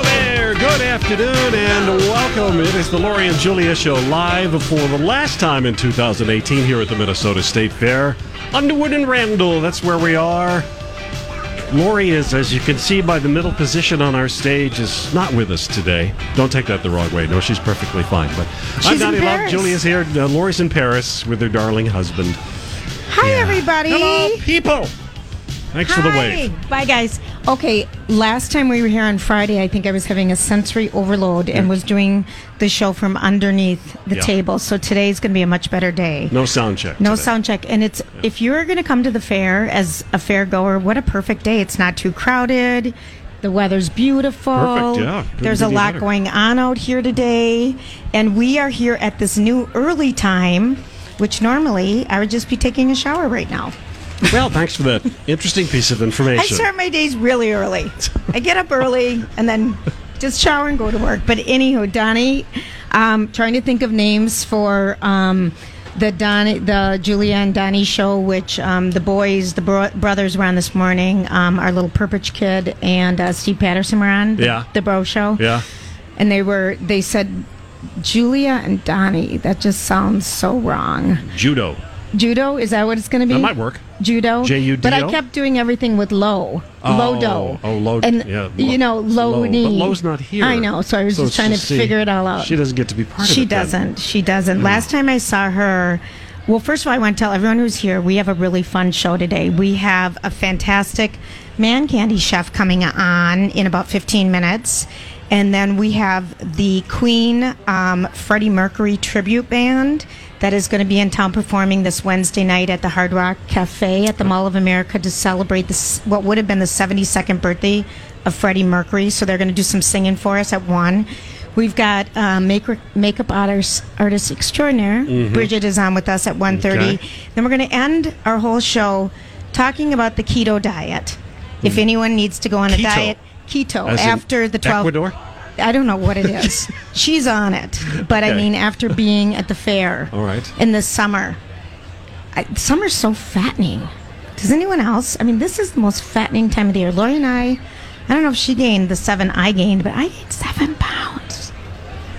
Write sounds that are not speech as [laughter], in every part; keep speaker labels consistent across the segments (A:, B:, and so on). A: there. Good afternoon and welcome. It is the Lori and Julia Show live for the last time in 2018 here at the Minnesota State Fair. Underwood and Randall, that's where we are. Lori is, as you can see by the middle position on our stage, is not with us today. Don't take that the wrong way. No, she's perfectly fine. But I'm
B: She's in
A: Donnie Love.
B: Paris.
A: Julia's here. Uh, Lori's in Paris with her darling husband.
B: Hi, everybody.
A: Hello, people. Thanks for the wave.
B: Hi. Bye, guys. Okay, last time we were here on Friday, I think I was having a sensory overload and was doing the show from underneath the
A: Mm. Yeah.
B: table. So today's going to be a much better day.
A: No sound check.
B: No
A: today.
B: sound check. And it's if you're going to come to the fair as a fair goer, what a perfect day. It's not too crowded. The weather's beautiful.
A: Perfect, yeah. Couldn't
B: There's
A: be
B: a
A: any
B: lot
A: better.
B: going on out here today. And we are here at this new early time, which normally I would just be taking a shower right now.
A: Well, thanks for that interesting piece of
B: [laughs] I
A: information.
B: start my days really early. I get up early and then just shower and go to work. But anywho, Donnie, um, trying to think of names for um, the Donnie, the Julia and Donnie show, which um, the boys, the bro- brothers were on this morning. Um, our little Purpich kid and uh, Steve Patterson were on. the-
A: Yeah.
B: the Bro show.
A: Yeah.
B: and they were. They said. Julia and Donnie, that just sounds so wrong.
A: Judo.
B: Judo, is that what it's going to be?
A: That might work.
B: Judo.
A: J-U-D-O?
B: But I kept doing everything with low.
A: Oh,
B: low do.
A: oh, low-
B: And,
A: yeah, lo-
B: you know, low,
A: low. But
B: knee.
A: low's not here.
B: I know, so I was
A: So
B: just
A: it's
B: trying
A: just
B: to
A: see.
B: figure it all out.
A: She doesn't get to be part of
B: She
A: it then. Mm.
B: doesn't. She doesn't. Last time I saw her, well, first of all, I want to tell everyone who's here we have a really fun show today. We have a fantastic man candy chef coming on in about 15 minutes. And then we have the Queen um, Freddie Mercury tribute band that is going to be in town performing this Wednesday night at the Hard Rock Cafe at the Mall of America to celebrate this what would have been the 72nd birthday of Freddie Mercury. So they're going to do some singing for us at one. We've got uh, maker, makeup artist, artist extraordinaire Bridget is on with us at 1.30.
A: Mm-hmm. Okay.
B: Then we're going to end our whole show talking about the keto diet. If anyone needs to go on a
A: Mm-hmm. Keto.
B: diet, keto
A: As in
B: after the 12
A: Ecuador?
B: I don't know what it
A: [laughs]
B: is. She's on it. But I
A: Okay.
B: mean, after being at the fair
A: All right.
B: in the summer, I, summer's so fattening. Does anyone else? I mean, this is the most fattening time of the year. Lori and I, I don't know if she gained the seven I gained, but I gained seven pounds.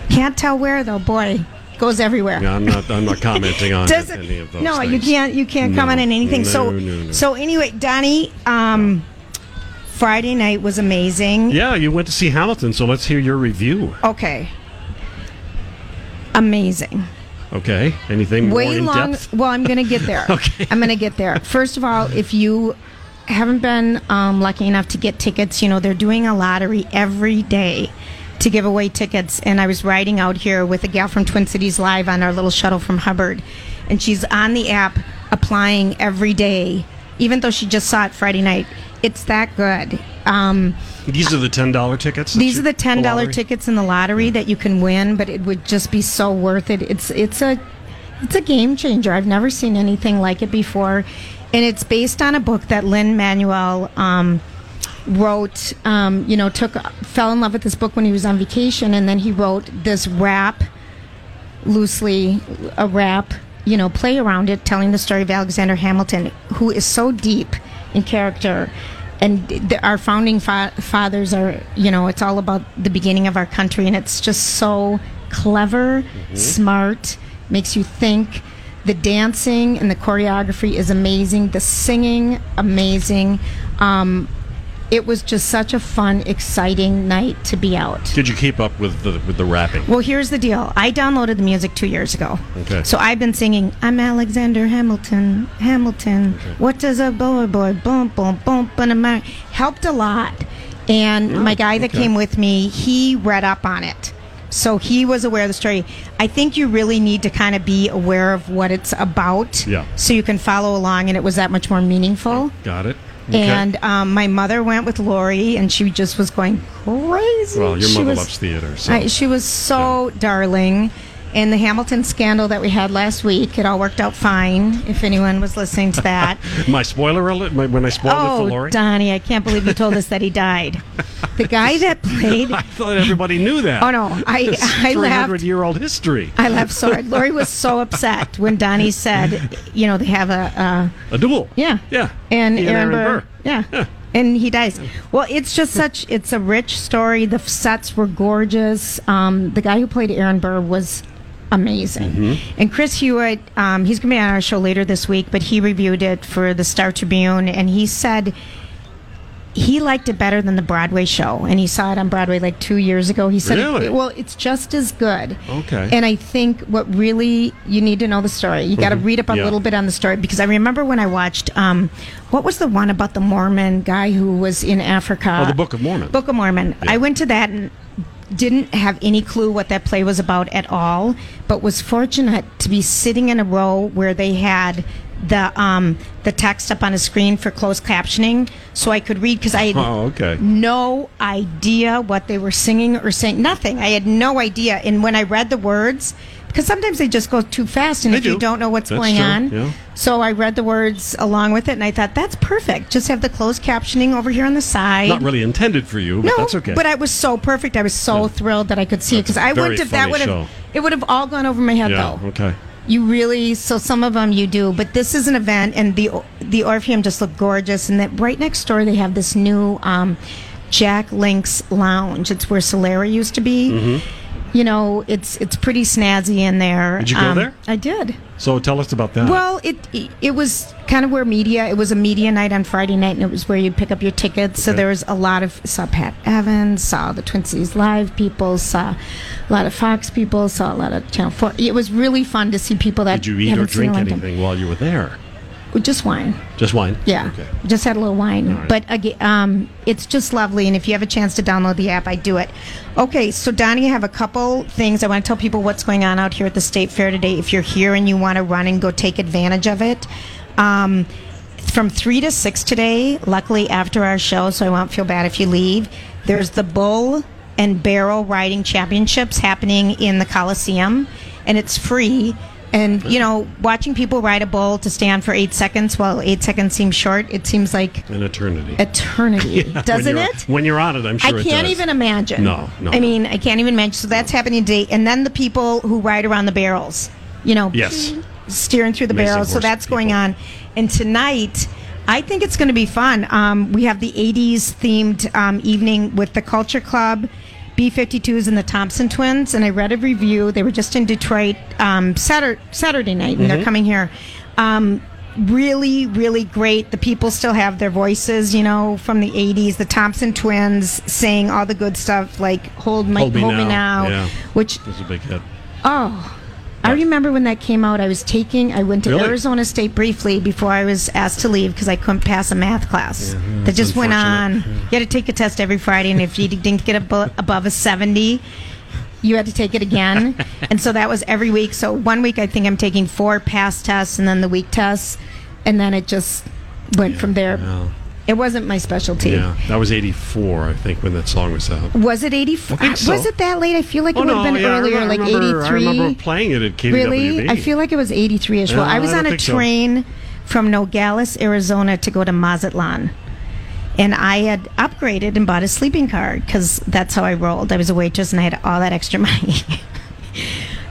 B: Can't tell where, though. Boy, goes everywhere.
A: Yeah, I'm not. I'm
B: [laughs]
A: not commenting on
B: Does it-
A: any of those.
B: no, you
A: things.
B: can't. You can't
A: No.
B: comment on anything. so,
A: No, no, no.
B: so anyway, Donnie, um, Friday night was amazing.
A: Yeah, you went to see Hamilton, so let's hear your review.
B: Okay. Amazing.
A: Okay. Anything more
B: Way
A: in
B: long.
A: depth?
B: Well, I'm going to get there.
A: [laughs] Okay.
B: I'm going to get there. First of all, if you haven't been um, lucky enough to get tickets, you know, they're doing a lottery every day to give away tickets. And I was riding out here with a gal from Twin Cities Live on our little shuttle from Hubbard. And she's on the app applying every day, even though she just saw it Friday night. It's that good. Um,
A: These are the ten dollar tickets. that
B: these
A: you-
B: are the ten dollar
A: lottery?
B: tickets in the lottery that you can win, but it would just be so worth it. It's it's a it's a game changer. I've never seen anything like it before, and it's based on a book that Lynn Manuel um, wrote. Um, you know, took fell in love with this book when he was on vacation, and then he wrote this rap loosely a rap, you know, play around it, telling the story of Alexander Hamilton, who is so deep in character. And th- our founding fa- fathers are, you know, it's all about the beginning of our country, and it's just so clever, smart, makes you think. The dancing and the choreography is amazing. The singing, amazing. Um, it was just such a fun, exciting night to be out.
A: Did you keep up with the with the rapping?
B: Well, here's the deal. I downloaded the music two years ago.
A: Okay.
B: So I've been singing, I'm Alexander Hamilton, Hamilton. What does a boy, boy, boom, boom, boom, boom, boom. Helped a lot. And my guy that
A: okay.
B: came with me, he read up on it. So he was aware of the story. I think you really need to kind of be aware of what it's about
A: Yeah.
B: so you can follow along, and it was that much more meaningful.
A: Got it.
B: And um, my mother went with Lori, and she just was going crazy.
A: well, your
B: She
A: mother
B: was-
A: loves theater, so
B: I, she was so darling. And the Hamilton scandal that we had last week, it all worked out fine. If anyone was listening to that,
A: [laughs] my spoiler alert. My, when I spoiled it for
B: oh
A: Lori,
B: Donnie, I can't believe you told us that he died. The guy
A: [laughs]
B: that played,
A: I thought everybody knew that.
B: oh no, [laughs] I I
A: three
B: laughed.
A: hundred year old history.
B: I laughed so hard. Lori was so upset when Donnie said, you know, they have a. Uh,
A: A duel.
B: Yeah.
A: Yeah.
B: And
A: He
B: Aaron, Burr.
A: Burr.
B: Yeah. And he dies. Well, it's just such. It's a rich story. The f- sets were gorgeous. Um, the guy who played Aaron Burr was amazing.
A: Mm-hmm.
B: And Chris Hewitt, um, he's going to be on our show later this week, but he reviewed it for the Star Tribune, and he said he liked it better than the Broadway show, and he saw it on Broadway like two years ago. He said,
A: Really?
B: "Well, it's just as good."
A: Okay.
B: And I think what really you need to know the story. You got to read up a
A: Mm-hmm. Yeah.
B: little bit on the story because I remember when I watched um, what was the one about the Mormon guy who was in Africa?
A: Oh, the Book of Mormon.
B: Book of Mormon. I went to that and didn't have any clue what that play was about at all, but was fortunate to be sitting in a row where they had the um, the text up on a screen for closed captioning, so I could read because I
A: [laughs]
B: had
A: Oh, okay.
B: no idea what they were singing or saying. Nothing. I had no idea. And when I read the words, because sometimes they just go too fast, and
A: They
B: if
A: do.
B: you don't know what's
A: That's
B: going
A: true,
B: on,
A: yeah.
B: so I read the words along with it, and I thought that's perfect. Just have the closed captioning over here on the side.
A: Not really intended for you, but
B: No,
A: that's okay.
B: but I was so perfect. I was so thrilled that I could see it because I
A: very
B: wouldn't have
A: funny
B: that would
A: show.
B: have it would have all gone over my head
A: yeah.
B: though.
A: Okay.
B: You really so some of them you do, but this is an event, and the the Orpheum just looked gorgeous. And that right next door they have this new um, Jack Link's Lounge. It's where Solera used to be. You know, it's it's pretty snazzy in there.
A: Mm-hmm.
B: Um,
A: Did you go there?
B: I did.
A: So tell us about that.
B: Well, it it was kind of where media. It was a media night on Friday night, and it was where you'd pick up your tickets. So
A: Okay.
B: there was a lot of saw Pat Evans, saw the Twin Cities Live people, saw a lot of Fox people, saw a lot of Channel Four. It was really fun to see people that
A: did you eat
B: haven't
A: or drink
B: seen in a long time.
A: anything while you were there?
B: Just wine.
A: Just wine.
B: Yeah,
A: Okay.
B: just had a little wine,
A: right.
B: but again, um, it's just lovely. And if you have a chance to download the app, I do it. Okay, so Donnie, I have a couple things I want to tell people what's going on out here at the State Fair today. If you're here and you want to run and go take advantage of it, um, from three to six today. Luckily, after our show, so I won't feel bad if you leave. There's the bull and barrel riding championships happening in the Coliseum, and it's free. And you know, watching people ride a bull to stand for eight seconds, while eight seconds seems short, it seems like
A: An eternity. [laughs]
B: eternity,
A: when
B: doesn't
A: you're-
B: it?
A: When you're on it, I'm
B: I
A: sure it
B: can't
A: does.
B: even imagine.
A: No, no.
B: I mean, I can't even imagine. So that's happening today, and then the people who ride around the barrels, you know,
A: Yes.
B: steering through the
A: Amazing
B: barrels. So
A: horse
B: that's going
A: people.
B: on. And tonight, I think it's going to be fun. Um, we have the '80s themed um, evening with the Culture Club. B52s and the Thompson twins, and I read a review. They were just in Detroit um, Saturday, Saturday night,
A: Mm-hmm.
B: and they're coming here. Um, really, really great. The people still have their voices, you know, from the 80s. The Thompson twins saying all the good stuff like Hold My
A: Hold Me
B: Hold Me
A: Now,
B: Now,
A: yeah.
B: which
A: That's a big hit.
B: Oh, I remember when that came out. I was taking. I went to
A: Really?
B: Arizona State briefly before I was asked to leave because I couldn't pass a math class. that just went on.
A: hmm, unfortunate.
B: You had to take a test every Friday, and if you didn't get abo- above a seventy, you had to take it
A: [laughs]
B: again. and so that was every week. So one week, I think I'm taking four pass tests, and then the week tests, and then it just went from there.
A: Wow.
B: It wasn't my specialty.
A: Yeah. That was 84, I think, when that song was out.
B: Was it 84?
A: I think so.
B: Was it that late? I feel like
A: oh,
B: it would
A: no.
B: have been
A: yeah, I
B: earlier,
A: remember-
B: like
A: I remember,
B: 83.
A: I remember playing it at KWB.
B: Really? I feel like it was 83 ish. Well,
A: No,
B: I was
A: I
B: on
A: don't
B: a
A: think so.
B: train from Nogales, Arizona to go to Mazatlan. And I had upgraded and bought a sleeping card because that's how I rolled. I was a waitress and I had all that extra [laughs] money.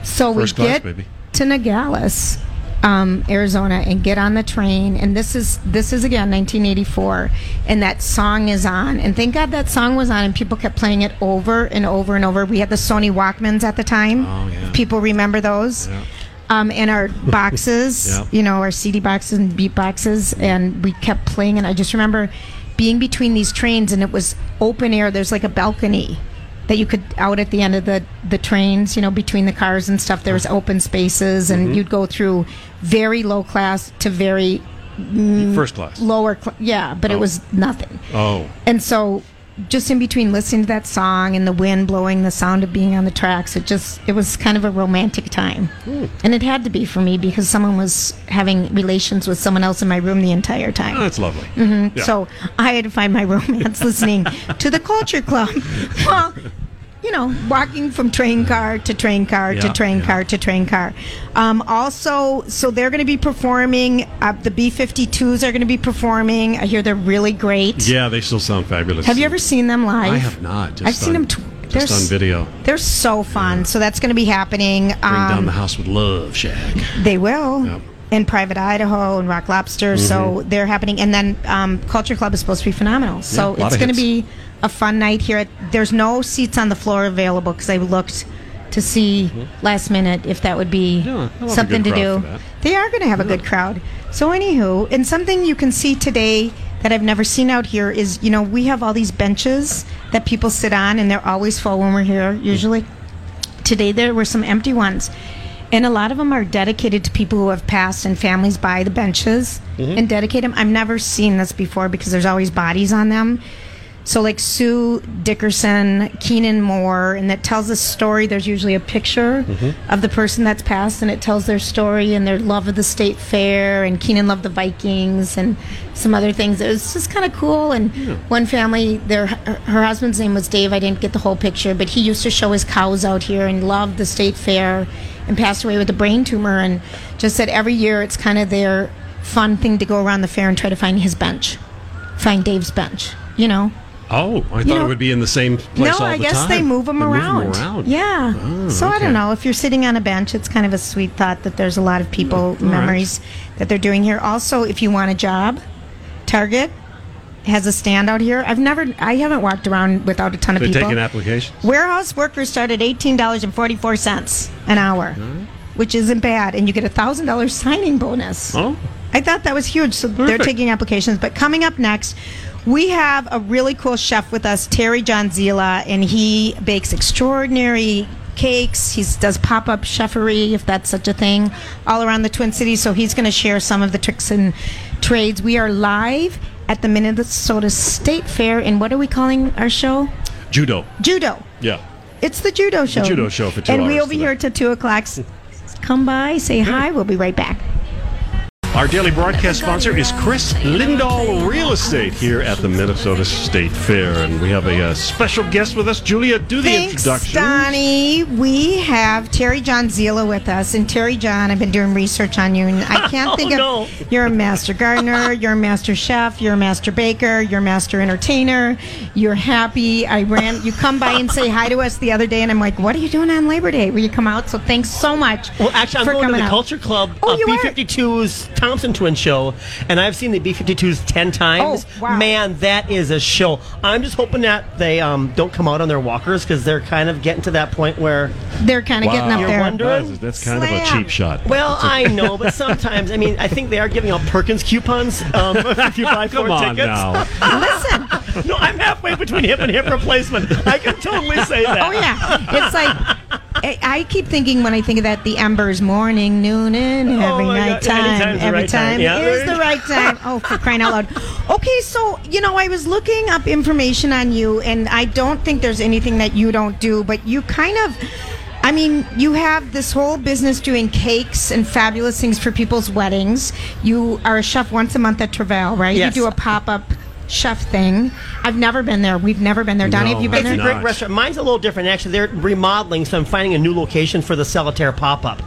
B: so
A: First
B: we
A: class,
B: get
A: baby.
B: to Nogales, um, Arizona, and get on the train. And this is this is again 1984, and that song is on. And thank God that song was on, and people kept playing it over and over and over. We had the Sony Walkmans at the time.
A: Oh, yeah.
B: People remember those. Um, and our boxes,
A: Yeah.
B: you know, our CD boxes and beat boxes, and we kept playing. And I just remember being between these trains and it was open air. There's like a balcony that you could out at the end of the the trains, you know, between the cars and stuff. There was open spaces, and you'd go through very low class to very
A: First class.
B: lower. Cl- yeah, but it was nothing.
A: Oh.
B: And so, just in between listening to that song and the wind blowing, the sound of being on the tracks, it just it was kind of a romantic time,
A: Hmm.
B: and it had to be for me because someone was having relations with someone else in my room the entire time.
A: That's lovely. Yeah.
B: Mm-hmm. So I had to find my [laughs] romance listening to the Culture Club. [laughs] well, you know, walking from train car to train car to
A: Yeah,
B: train
A: yeah.
B: car to train car. Um, also, so they're going to be performing. Uh, the B 52s are going to be performing. I hear they're really great.
A: Yeah, they still sound fabulous.
B: Have you ever seen them live?
A: I have not. Just
B: I've seen
A: on-
B: them. Tw- they're
A: just on
B: s-
A: video.
B: They're so fun. So that's going to be happening.
A: Bring down
B: Um,
A: the house with love, Shag.
B: they will.
A: Yep.
B: In Private Idaho and Rock Lobster, so they're happening. And then um, Culture Club is supposed to be phenomenal. So
A: Mm-hmm. Yeah, lot
B: it's
A: of
B: going to
A: hits.
B: be a fun night here. At, there's no seats on the floor available because I looked to see
A: Mm-hmm.
B: last minute if that would be
A: they'll have a good
B: something to
A: crowd
B: do.
A: for that.
B: They are going to have a good crowd. So anywho, and something you can see today that I've never seen out here is you know we have all these benches that people sit on, and they're always full when we're here usually today there were some empty ones and a lot of them are dedicated to people who have passed and families buy the benches
A: Mm-hmm.
B: and dedicate them i've never seen this before because there's always bodies on them so like sue dickerson keenan moore and that tells a story there's usually a picture of the person that's passed and it tells their story and their love of the state fair and keenan loved the vikings and some other things it was just kind of cool and one family their her her husband's name was dave i didn't get the whole picture but he used to show his cows out here and loved the state fair and passed away with a brain tumor and just said every year it's kind of their fun thing to go around the fair and try to find his bench find dave's bench you know
A: Oh, I thought
B: know-
A: it would be in the same place
B: no,
A: all
B: I
A: the
B: guess
A: time.
B: they move them around.
A: around.
B: Yeah.
A: Oh,
B: so I
A: okay.
B: don't know. If you're sitting on a bench, it's kind of a sweet thought that there's a lot of people
A: all right.
B: memories that they're doing here. Also, if you want a job, Target has a stand out here. I've never, I haven't walked around without a ton of
A: They
B: people.
A: take an application.
B: Warehouse workers start at eighteen dollars and forty four cents an hour, which isn't bad, and you get a thousand dollars signing bonus.
A: Oh,
B: I thought that was huge. So they're
A: Perfect.
B: taking applications. But coming up next, we have a really cool chef with us, Terry John Zila, and he bakes extraordinary cakes. He does pop up chefery, if that's such a thing, all around the Twin Cities. So he's going to share some of the tricks and trades. We are live at the Minnesota State Fair. And what are we calling our show?
A: judo.
B: Judo.
A: Yeah.
B: It's the Judo Show.
A: Judo Show for two
B: And
A: hours
B: we'll be
A: today.
B: here till 2 o'clock. S- Come by, say hi. We'll be right back.
A: Our daily broadcast sponsor is Chris Lindahl Real Estate here at the Minnesota State Fair, and we have a, uh special guest with us. Julia, do the
B: Thanks,
A: introduction.
B: Donnie. We have Terry John Zila with us. And Terry John, I've been doing research on you, and
C: [laughs]
B: I can't
A: Oh,
B: think of.
A: no.
B: You're a master gardener, you're a master chef, you're a master baker, you're a master entertainer, you're happy. I ran. You come by and say hi to us the other day, and I'm like, what are you doing on Labor Day? Will you come out? So thanks so much.
C: Well, actually, I'm
B: for
C: going to
B: coming
C: the
B: out.
C: Culture Club
B: Oh,
C: uh,
B: you are?
C: B52's Thompson Twin Show, and I've seen the B52s ten times.
B: Oh, wow.
C: Man, that is a show. I'm just hoping that they um, don't come out on their walkers because they're kind of getting to that point where.
B: They're kind of getting up
C: You're
B: there.
C: wondering-
A: That's, that's kind of a
B: Slam.
A: cheap shot. [laughs]
C: Well, I know, but sometimes I mean, I think they are giving out Perkins coupons um, [laughs] if you buy four
A: Come on
B: [laughs]
C: tickets.
A: now.
B: Listen.
C: no, I'm halfway between hip and hip replacement. I can totally
A: [laughs]
C: say that.
B: Oh yeah, [laughs] it's like I, I keep thinking when I think of that the embers morning, noon, and every
C: Oh, my
B: night
C: God. Anytime's
B: time,
C: the
B: every
C: right time.
B: time,
C: Yeah.
B: is the right time. Oh, for crying
C: [laughs]
B: out loud! Okay, so you know I was looking up information on you, and I don't think there's anything that you don't do, but you kind of. I mean, you have this whole business doing cakes and fabulous things for people's weddings. You are a chef once a month at Travail, right?
C: Yes.
B: You do a pop up chef thing. I've never been there. We've never been there. Donnie,
A: No,
B: have you been
A: I've
B: there?
C: It's a great
A: Nice.
C: restaurant. Mine's a little different, actually. They're remodeling, so I'm finding a new location for the Solitaire pop up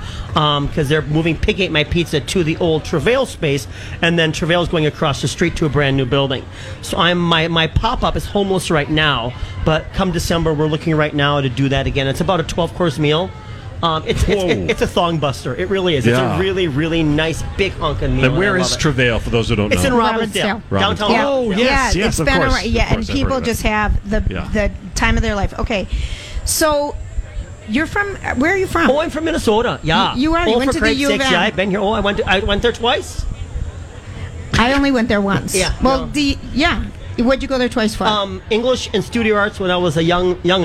C: because they're moving Pig Ate My Pizza to the old Travail space, and then Travail's going across the street to a brand new building. So I'm my, my pop up is homeless right now, but come December, we're looking right now to do that again. It's about a 12 course meal. Um, it's, it's,
A: Whoa.
C: it's, it's a thong buster. It really is.
A: Yeah.
C: It's a really, really nice, big honking meal.
A: Then where
C: I
A: is
C: love it.
A: Travail for those who don't
C: It's in
A: know?
C: Robbinsdale.
B: Robbinsdale.
C: Downtown
A: Robbinsdale.
C: Robbinsdale.
A: Oh, yes,
B: yeah,
A: yes,
B: it's
A: of
B: been
A: course,
B: around.
A: of
B: Yeah,
A: course, I've
B: and
A: heard
B: people
A: of it.
B: just have the
A: Yeah.
B: the time of their life. Okay, so you're from where are you from?
C: Oh, I'm from Minnesota. Yeah,
B: You- you are.
C: Oh,
B: You went
C: for
B: to the
C: Christ's
B: U of
C: sakes,
B: M.
C: Yeah, I've been here. Oh, I went. To, I went there twice.
B: I only went there once.
C: Yeah,
B: Well,
C: no.
B: the yeah, What'd you go there twice for?
C: Um, English and studio arts when I was a young young.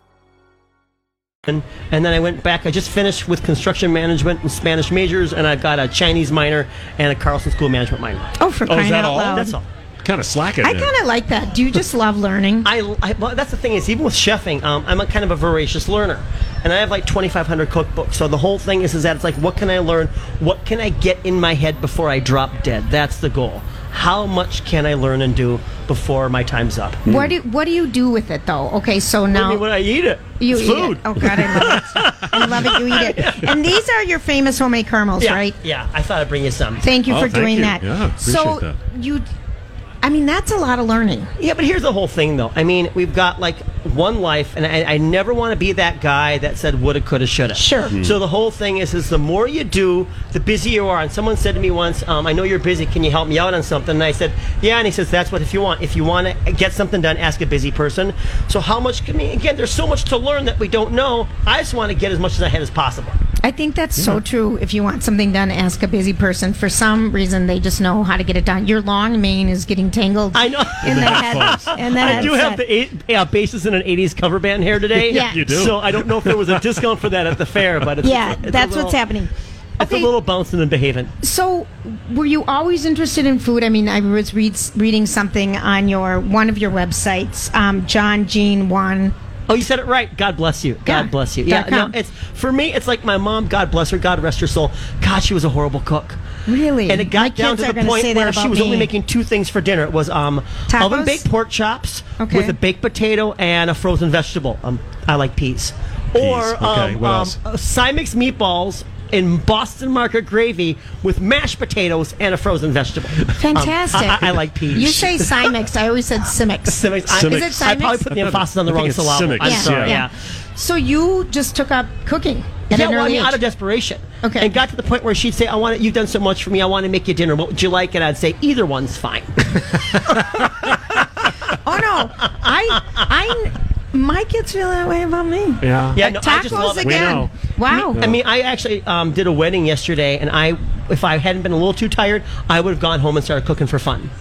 C: And, and then I went back. I just finished with construction management and Spanish majors, and I've got a Chinese minor and a Carlson School Management minor.
B: oh, for
A: Oh, is
B: crying
A: that
B: out
A: all?
B: loud.
C: That's all.
A: Kind of slacking.
B: I
A: there.
B: kind of like that. Do you just love learning?
C: I, I well, that's the thing is even with chefing, um, I'm a kind of a voracious learner, and I have like 2,500 cookbooks. So the whole thing is is that it's like, what can I learn? What can I get in my head before I drop dead? That's the goal. How much can I learn and do before my time's up?
B: What do What do you do with it though? Okay, so
C: I
B: now
C: mean, when I eat it,
B: you
C: it's
B: eat
C: food.
B: it. Oh God, I love it.
A: [laughs]
B: I love it. You eat it. And these are your famous homemade caramels,
C: yeah,
B: right?
C: Yeah, I thought I'd bring you some.
B: Thank you
A: Oh,
B: for
A: thank
B: doing
A: you.
B: that.
A: Yeah, appreciate
B: so
A: that.
B: you, I mean, that's a lot of learning.
C: Yeah, but here's the whole thing, though. I mean, we've got like one life, and I, I never want to be that guy that said woulda, coulda, shoulda.
B: Sure.
C: So the whole thing is, is the more you do, the busier you are. And someone said to me once, um, "I know you're busy. Can you help me out on something?" And I said, "Yeah." And he says, "That's what if you want. If you want to get something done, ask a busy person." So how much can we? Again, there's so much to learn that we don't know. I just want to get as much as I had as possible.
B: I think that's so true. If you want something done, ask a busy person. For some reason, they just know how to get it done. Your long mane is getting tangled.
C: I [laughs] know.
B: In the head. [laughs] And then
C: I do have the eight, uh, basis in an '80s cover band hair [laughs] today.
B: Yeah. You
A: do.
C: So I don't know if there was a discount for that at the fair, but it's,
B: Yeah,
C: it's a
B: that's
C: little-
B: what's happening.
C: It's a little bouncing and behaving.
B: So, were you always interested in food? I mean, I was read, reading something on your one of your websites, um, John Jean One.
C: Oh, you said it right. God bless you. God
B: Yeah.
C: bless you.
B: Dot
C: no,
B: com.
C: it's for me. It's like my mom. God bless her. God rest her soul. God, she was a horrible cook.
B: Really?
C: And it got
B: My
C: down
B: kids
C: to
B: are
C: the
B: gonna
C: point
B: say that
C: where she
B: about
C: was
B: me.
C: only making two things for dinner. It was um,
B: Tacos?
C: oven baked pork chops
B: Okay.
C: with a baked potato and a frozen vegetable. Um, I like peas. Or
A: Okay,
C: um,
A: what
C: um,
A: else?
C: uh, Simex meatballs in Boston market gravy with mashed potatoes and a frozen vegetable. Um,
B: Fantastic.
C: I, I- I like peas.
B: You say Simex. I always said Simex.
C: [laughs] Simics. I,
A: Simics.
B: Is it
C: I probably
B: Simics?
C: put the emphasis on the
A: I think
C: wrong
A: it's
C: syllable. I'm
A: Simics,
C: sorry. Yeah.
B: So you just took up cooking at
C: yeah,
B: an
C: well, I
B: early
C: mean, out
B: age.
C: of desperation.
B: Okay.
C: And got to the point where she'd say, "I want it. You've done so much for me. I want to make you dinner. What would you like?" And I'd say, "Either one's fine."
B: oh no, I, I, my kids feel that way about me.
A: Yeah.
C: Yeah,
B: Like
C: no,
B: tacos
C: I just love it.
B: again.
A: know.
B: Wow.
C: I mean, I actually um, did a wedding yesterday, and I, if I hadn't been a little too tired, I would have gone home and started cooking for fun.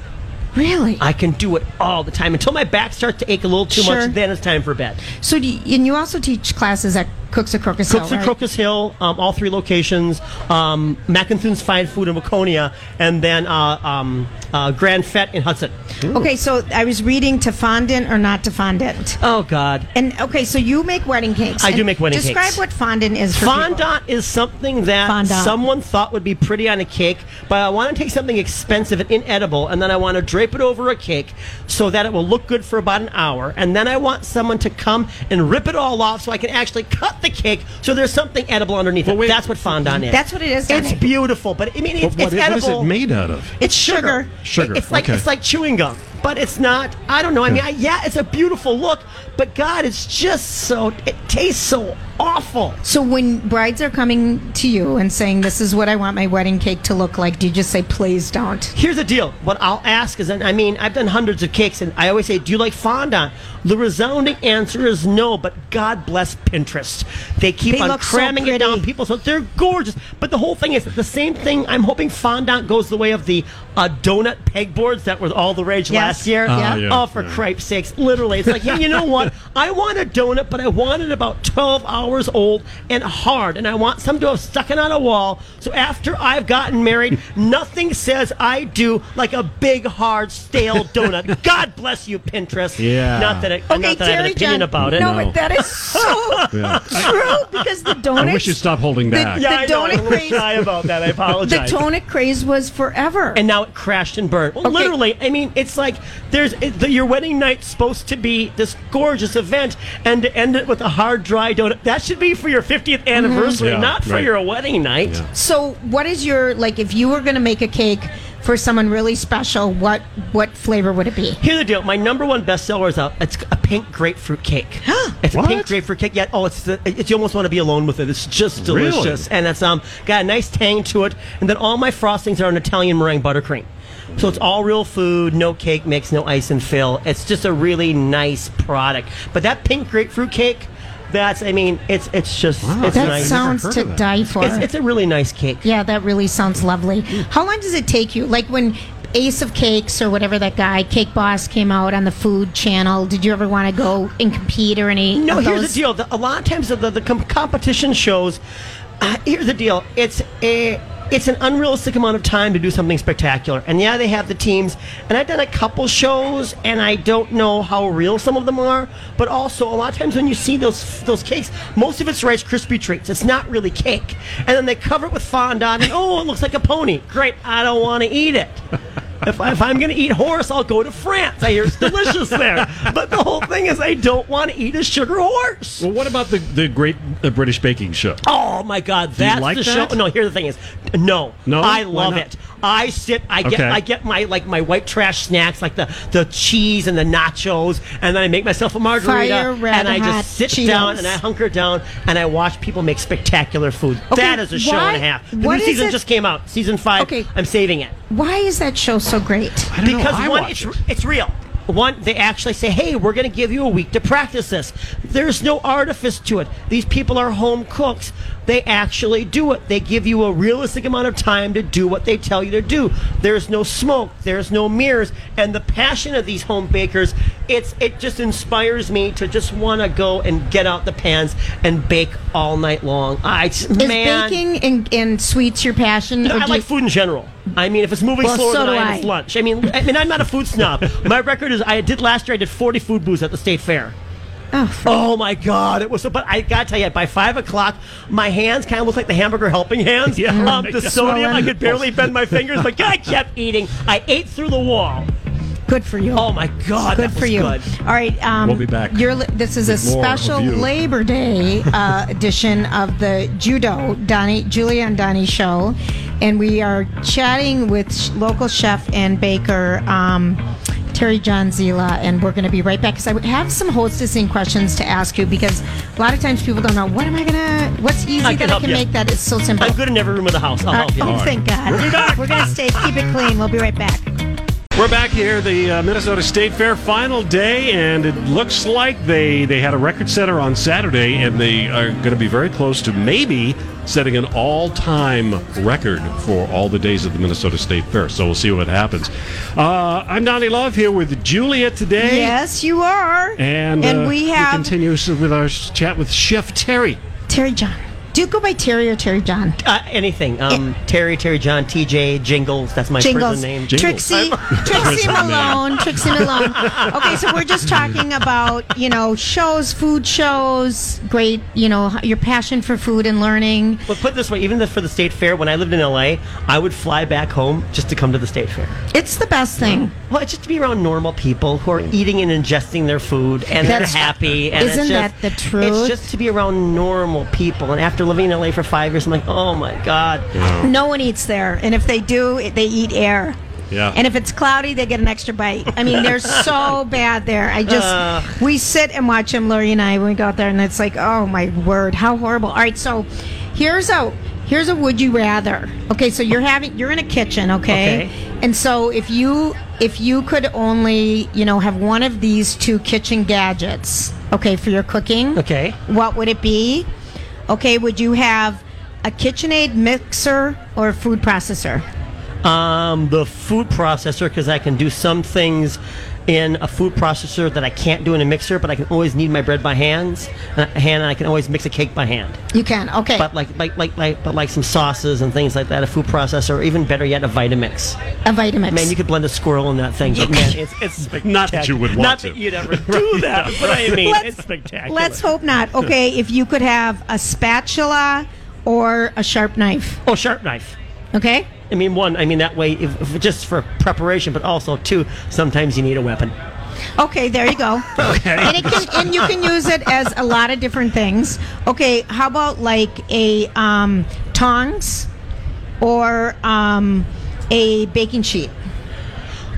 B: really?
C: I can do it all the time until my back starts to ache a little too
B: Sure.
C: much. Then it's time for bed.
B: so, do you, and you also teach classes at Cooks of Crocus Hill,
C: Cooks
B: right?
C: at Crocus Hill, um, all three locations, um, Mackinthoon's Fine Food in Waconia, and then uh, um, uh, Grand Fete in Hudson.
B: Okay, so I was reading to fondant or not to fondant.
C: Oh God.
B: And okay, so you make wedding cakes.
C: I
B: And
C: do make wedding
B: describe
C: cakes.
B: what fondant is for people.
C: Fondant is something that
B: Fondant.
C: someone thought would be pretty on a cake, but I want to take something expensive and inedible, and then I want to drape it over a cake so that it will look good for about an hour, and then I want someone to come and rip it all off so I can actually cut the cake so there's something edible underneath it. That's what fondant is.
B: That's what it is.
C: it's
B: okay.
C: beautiful, but I mean it's,
A: But what,
C: it's
A: what is
C: edible.
A: it made out of?
C: It's sugar.
A: Sugar,
C: It- It's like
A: okay.
C: it's like chewing gum, but it's not. I don't know. I mean, I,
B: Hmm.
C: yeah, it's a beautiful look, but God, it's just so. It tastes so awful.
B: so when brides are coming to you and saying, "This is what I want my wedding cake to look like," do you just say, "Please don't"?
C: Here's the deal. What I'll ask is, and I mean, I've done hundreds of cakes, and I always say, "Do you like fondant?" The resounding answer is no. But God bless Pinterest. They keep
B: They
C: on
B: look so
C: cramming it down
B: pretty.
C: people, so they're gorgeous. But the whole thing is the same thing. I'm hoping fondant goes the way of the uh, donut pegboards that were all the rage
B: Yes.
C: last year.
B: Ah, Yeah.
A: yeah,
C: oh, for
A: yeah.
C: cripe's sakes! Literally, it's like, hey, you know what? I want a donut, but I want it about 12 hours old and hard, and I want some to have stuck it on a wall. So after I've gotten married, nothing says I do like a big, hard, stale donut. God bless you, Pinterest.
A: Yeah.
C: Not that I,
B: Okay,
C: not that I have
B: Terry
C: an opinion
B: John.
C: about it.
B: No,
A: No.
B: but that is
C: [laughs]
B: so true because the donuts.
A: I wish you'd stop holding
B: the-
A: back.
C: Yeah, I know.
B: donut
C: I'm a little
B: craze-
C: shy about that. I
B: [laughs]
C: apologize.
B: The donut craze was forever.
C: and now it crashed and burned. Well,
B: Okay.
C: Literally, I mean, it's like there's it, the, your wedding night's supposed to be this gorgeous event, and to end it with a hard, dry donut. That should be for your 50th anniversary,
A: Yeah,
C: not for
A: right.
C: your wedding night.
B: so, what is your like? If you were going to make a cake for someone really special, what what flavor would it be?
C: Here's the deal. My number one bestseller is a it's a pink grapefruit cake. it's a pink
A: What?
C: grapefruit cake. Yeah. Oh, it's the it's, you almost want to be alone with it. It's just
A: Really?
C: delicious, and it's um got a nice tang to it. And then all my frostings are an Italian meringue buttercream. So it's all real food, no cake mix, no ice and fill. It's just a really nice product. But that pink grapefruit cake, that's I mean, it's it's just it's
B: that
C: nice.
B: sounds
A: heard
B: to
A: of that.
B: die for.
C: it's, it's a really nice cake.
B: yeah, that really sounds lovely. How long does it take you? Like when Ace of Cakes or whatever that guy, Cake Boss, came out on the Food Channel. Did you ever want to go and compete or any?
C: No,
B: of
C: here's
B: those?
C: the deal. The, a lot of times the, the, the com- competition shows. Uh, here's the deal. It's a it's an unrealistic amount of time to do something spectacular. And yeah, they have the teams. And I've done a couple shows, and I don't know how real some of them are. But also, a lot of times when you see those those cakes, most of it's Rice Krispie treats. It's not really cake. And then they cover it with fondant, and oh, it looks like a pony. Great, I don't want to eat it. [laughs] If, I, if I'm going to eat horse, I'll go to France. I hear it's
A: [laughs]
C: delicious there. But the whole thing is, I don't want to eat a sugar horse.
A: Well, what about the, the great uh, British baking show?
C: Oh my God, that's
A: like
C: the
A: that?
C: show. No, here's the thing is, no,
A: No?
C: I
A: Why
C: love
A: not?
C: it. I sit, I get,
A: Okay.
C: I get my like my white trash snacks, like the the cheese and the nachos, and then I make myself a margarita,
B: Fire red
C: and I
B: hot
C: just sit
B: Cheetos.
C: down and I hunker down and I watch people make spectacular food.
B: Okay,
C: that is a show
B: why-
C: and a half. The
B: what
C: new
B: is
C: season
B: it-
C: just came out, season five.
B: Okay.
C: I'm saving it.
B: Why is that show so great?
A: I don't know.
C: because
A: I
C: one,
A: watch
C: it's,
A: it.
C: it's real. One, they actually say, "Hey, we're going to give you a week to practice this." There's no artifice to it. These people are home cooks. They actually do it. They give you a realistic amount of time to do what they tell you to do. There's no smoke. There's no mirrors. And the passion of these home bakers, it's it just inspires me to just want to go and get out the pans and bake all night long. I just,
B: Is
C: man,
B: baking and, and sweets your passion?
C: no,
B: or
C: I
B: do
C: like
B: you-
C: food in general. I mean, if it's moving
B: Well,
C: slower
B: so
C: than
B: do
C: I am,
B: I.
C: it's lunch. I mean, I mean, I'm not a
B: [laughs]
C: food snob. My record is I did last year. I did 40 food booths at the state fair. Oh, my God! It was so. But I gotta tell you, by five o'clock, my hands kind of looked like the hamburger helping
B: [laughs]
C: hands.
A: Yeah.
C: Um, the sodium, I
A: Swollen.
C: could barely bend my fingers, but I kept eating. I ate through the wall.
B: Good for you.
C: Oh my God!
B: Good
C: that
B: for
C: was
B: you.
C: Good.
B: All right. Um,
A: We'll be back
B: You're, li- this is a
A: with more of
B: special
A: you.
B: Labor Day
A: [laughs]
B: uh, edition of the Judo Donnie, Julia and Donnie show, and we are chatting with sh- local chef and baker um, Terry John Zila, and we're going to be right back because I would have some hostessing questions to ask you because a lot of times people don't know what am I gonna, what's easy
C: I
B: that I
C: can help
B: can
C: you.
B: make that is so simple.
C: I'm good in every room of the house. I'll
B: All
C: help
B: right.
C: you.
B: Oh, thank God. We're going to stay, keep it clean. We'll be right back.
A: We're back here, the uh, Minnesota State Fair final day, and it looks like they, they had a record setter on Saturday, and they are going to be very close to maybe setting an all time record for all the days of the Minnesota State Fair. So we'll see what happens. Uh, I'm Donnie Love here with Julia today.
B: Yes, you are.
A: And, uh,
B: we have
A: continue with our chat with Chef Terry.
B: Terry John. Do you go by Terry or Terry John?
C: Uh, anything. Um, Terry, Terry, John, TJ, Jingles. That's my
B: Jingles.
C: prison name.
A: Jingles.
B: Trixie. Trixie
A: Prison name.
B: Malone. Trixie Malone. Okay, so we're just talking about, you know, shows, food shows, great, you know, your passion for food and learning.
C: But put it this way, even the, for the state fair, when I lived in LA, I would fly back home just to come to the state fair.
B: It's the best thing.
C: Well, it's just to be around normal people who are eating and ingesting their food and
B: That's-
C: they're happy. And it's
B: isn't
C: just-
B: that the truth?
C: It's just to be around normal people. And after living in LA for five years, I'm like, oh my God.
B: No one eats there. And if they do, it- they eat air.
A: Yeah.
B: And if it's cloudy, they get an extra bite. I mean, they're so bad there. I just, we sit and watch them, Lori and I, when we go out there, and it's like, oh my word, how horrible. All right, so here's a, here's a would you rather. Okay, so you're having, you're in a kitchen, okay?
C: Okay.
B: And so if you, if you could only, you know, have one of these two kitchen gadgets, okay, for your cooking,
C: Okay.
B: what would it be? Okay, would you have a KitchenAid mixer or food processor?
C: Um, the food processor because I can do some things in a food processor that I can't do in a mixer, but I can always knead my bread by hands, uh, hand, and I can always mix a cake by hand.
B: You can. Okay.
C: But like, like, like, like, but like some sauces and things like that, a food processor, or even better yet, a Vitamix.
B: a Vitamix.
C: Man, you could blend a squirrel in that thing, but man, it's, it's [laughs] spectacular.
A: Not that you would want
C: Not
A: to.
C: that
A: [laughs]
C: you'd ever do that, but I mean, it's spectacular.
B: Let's hope
C: [laughs]
B: not. Okay, if you could have a spatula or a sharp knife.
C: Oh, sharp knife.
B: Okay?
C: I mean, one, I mean, that way, if, if just for preparation, but also, two, sometimes you need a weapon.
B: Okay, there you go. okay. And, it can, and you can use it as a lot of different things. Okay, how about like a um, tongs or um, a baking sheet?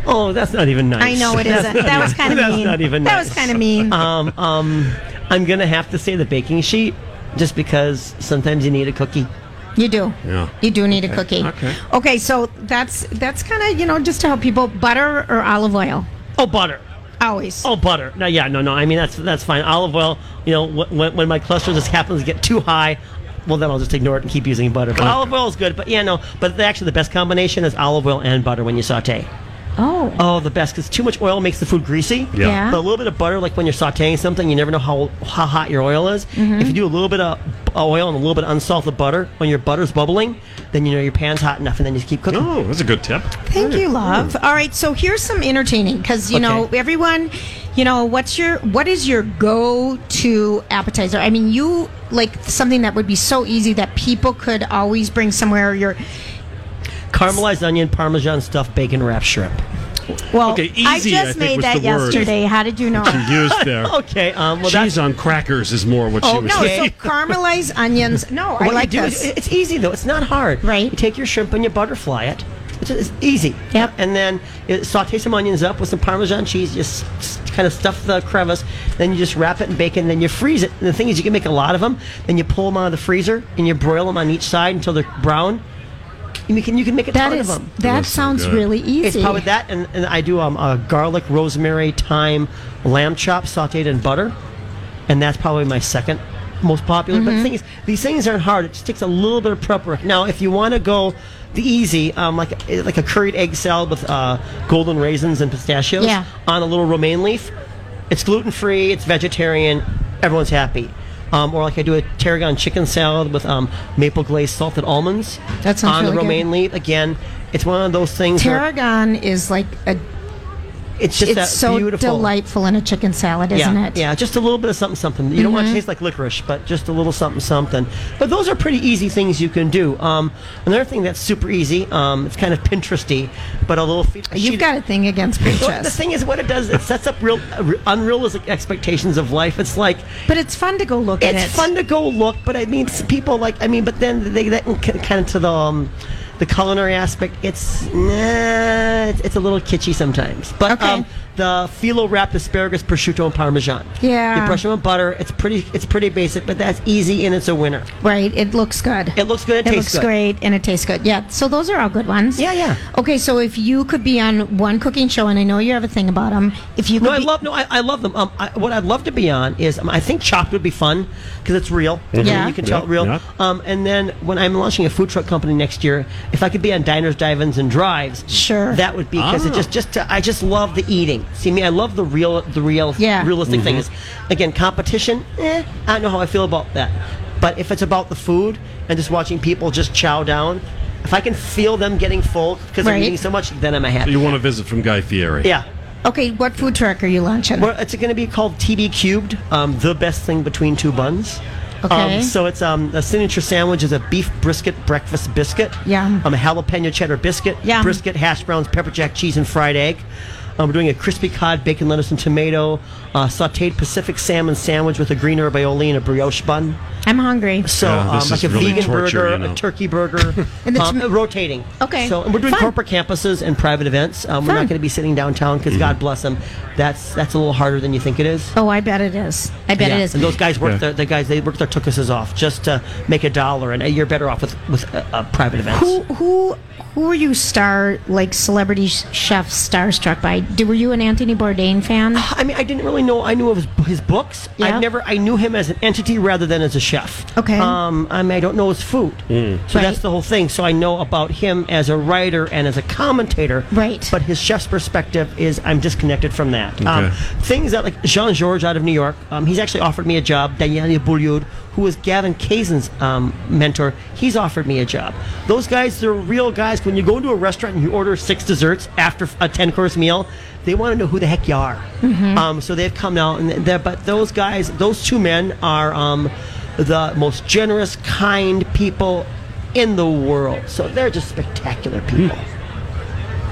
C: Oh, that's not even nice.
B: I know it isn't. That was kind of
C: That's
B: mean.
C: not even
B: That
C: nice.
B: was kind of mean.
C: [laughs] Um, um, I'm gonna have to say the baking sheet, just because sometimes you need a cookie.
B: You do.
A: Yeah.
B: You do need a cookie. Okay. Okay, so that's that's kind of you know just to help people butter or olive oil
C: Oh, butter.
B: always.
C: Oh, butter. No, yeah, no, no. I mean, that's that's fine. Olive oil. You know, wh- when, when my cholesterol just happens to get too high, well, then I'll just ignore it and keep using butter. But olive oil is good. But yeah, no. But the- actually, the best combination is olive oil and butter when you saute.
B: Oh.
C: Oh, the best because too much oil makes the food greasy.
A: Yeah.
B: Yeah.
C: But a little bit of butter, like when you're sauteing something, you never know how, how hot your oil is. If you do a little bit of oil and a little bit of unsalted butter, when your butter's bubbling, then you know your pan's hot enough, and then you just keep cooking.
A: Oh, that's a good tip.
B: Thank you, love. All right, so here's some entertaining because you know
C: Okay.
B: everyone, you know what's your what is your go-to appetizer? I mean, you like something that would be so easy that people could always bring somewhere. Your
C: Caramelized onion, parmesan stuffed bacon wrap shrimp.
B: well,
A: Okay,
B: I
A: easy,
B: just
A: I think,
B: made
A: was
B: that
A: the word.
B: yesterday. How did you know?
A: Used there.
C: Okay. Um, well, Oh, that's
A: Cheese on crackers is more what she was
B: Oh, No, so
A: saying.
B: caramelized onions. No, I
C: what
B: like
C: you do.
B: this.
C: is- It's easy though. It's not hard.
B: Right.
C: You take your shrimp and you butterfly it. It's, it's easy.
B: Yep.
C: And then uh, saute some onions up with some Parmesan cheese. Just kind of stuff the crevice. Then you just wrap it in bacon. Then you freeze it. And the thing is, you can make a lot of them. Then you pull them out of the freezer and you broil them on each side until they're brown. And you can you can make a
B: That
C: ton
B: is
C: of them.
B: that sounds really easy.
C: It's probably that, and, and I do um, a garlic, rosemary, thyme, lamb chop sauteed in butter, and that's probably my second most popular. But
B: Mm-hmm.
C: the thing is, these things aren't hard. It just takes a little bit of prep work. Now, if you want to go the easy, um, like eh, like a curried egg salad with uh, golden raisins and pistachios
B: Yeah.
C: on a little romaine leaf, it's gluten free, it's vegetarian, everyone's happy. Um, or like I do a tarragon chicken salad with um, maple glazed salted almonds
B: That sounds
C: on the
B: really good.
C: romaine leaf. Again, it's one of those things. where-
B: Tarragon is like a,
C: it's just that
B: it's so
C: beautiful.
B: delightful in a chicken salad,
C: Yeah,
B: isn't it? Mm-hmm.
C: yeah, just a little bit of something, something. You don't want to taste like licorice, but just a little something, something. But those are pretty easy things you can do. Um, another thing that's super easy, um, it's kind of Pinteresty, but a little. Fe-
B: You've
C: she-
B: got a thing against
C: Well, the
B: peaches.
C: thing is, what it does, it sets up real uh, unrealistic expectations of life. It's like
B: But it's fun to go look at it.
C: it's fun to go look, but I mean, s- people like I mean, but then they that kind of to the um, the culinary aspect. It's nah, it's, it's a little kitschy sometimes. But
B: Okay.
C: um, the filo wrapped asparagus, prosciutto, and parmesan.
B: Yeah.
C: you brush them with butter. It's pretty. It's pretty basic, but that's easy and it's a winner.
B: Right. It looks good.
C: It looks good, it
B: It
C: tastes
B: looks
C: good.
B: great, and it tastes good. Yeah. So those are all good ones.
C: Yeah, yeah.
B: Okay. So if you could be on one cooking show, and I know you have a thing about them, if you could
C: No, I
B: be-
C: love no, I, I love them. Um, I, what I'd love to be on is um, I think Chopped would be fun because it's real.
B: Yeah.
C: you can tell
A: Yeah,
C: it real.
A: yeah.
C: Um, and then when I'm launching a food truck company next year, if I could be on Diners, Dive-ins, and Drives,
B: Sure.
C: that would be because it just just to, I just love the eating. See me, I love the real the real
B: Yeah. Mm-hmm.
C: realistic things. Again, competition. Eh, I don't know how I feel about that. But if it's about the food and just watching people just chow down, if I can feel them getting full because they're
B: Right.
C: eating so much, then I'm a happy.
A: You want a visit from Guy Fieri.
C: Yeah.
B: Okay. What food truck are you launching?
C: Well, it's going to be called TB Cubed, um, the best thing between two buns.
B: Okay.
C: Um, so it's um, a signature sandwich is a beef brisket breakfast biscuit.
B: Yum.
C: Um, a jalapeno cheddar biscuit.
B: Yum.
C: Brisket, hash browns, pepper jack cheese, and fried egg. Um, we're doing a crispy cod, bacon, lettuce, and tomato, uh, sauteed Pacific salmon sandwich with a green herb aioli and a brioche bun.
B: I'm hungry.
C: So,
A: Yeah, this
C: um,
A: is
C: like a
A: really
C: vegan
A: torture,
C: burger,
A: you know.
C: a turkey
A: [laughs]
C: burger,
B: And the
C: um,
B: tom-
C: rotating.
B: Okay.
C: So, and we're doing
B: Fun.
C: corporate campuses and private events. Um, we're
B: Fun.
C: not going to be sitting downtown because
A: Mm-hmm.
C: God bless them, that's that's a little harder than you think it is.
B: Oh, I bet it is. I bet
C: Yeah,
B: it is.
C: And those guys work
A: Yeah.
C: their the guys they work their tukuses off just to make a dollar, and you're better off with with uh, uh, private events.
B: who who who are you star like celebrity sh- chef starstruck by? do, were you an Anthony Bourdain fan?
C: [sighs] I mean, I didn't really know. I knew of his, his books.
B: Yeah.
C: I never. I knew him as an entity rather than as a chef.
B: Okay.
C: Um. I mean, I don't know his food. So that's the whole thing. So I know about him as a writer and as a commentator.
B: Right.
C: But his chef's perspective is I'm disconnected from that. Um,
A: Okay.
C: things that like Jean Georges out of New York. Um. He's actually offered me a job. Daniele Bouliud, who was Gavin Kaysen's um, mentor, he's offered me a job. Those guys, they're real guys. When you go into a restaurant and you order six desserts after a ten course meal, they want to know who the heck you are. Um, so they've come out, and they're- but those guys, those two men are um, the most generous, kind people in the world. So they're just spectacular people.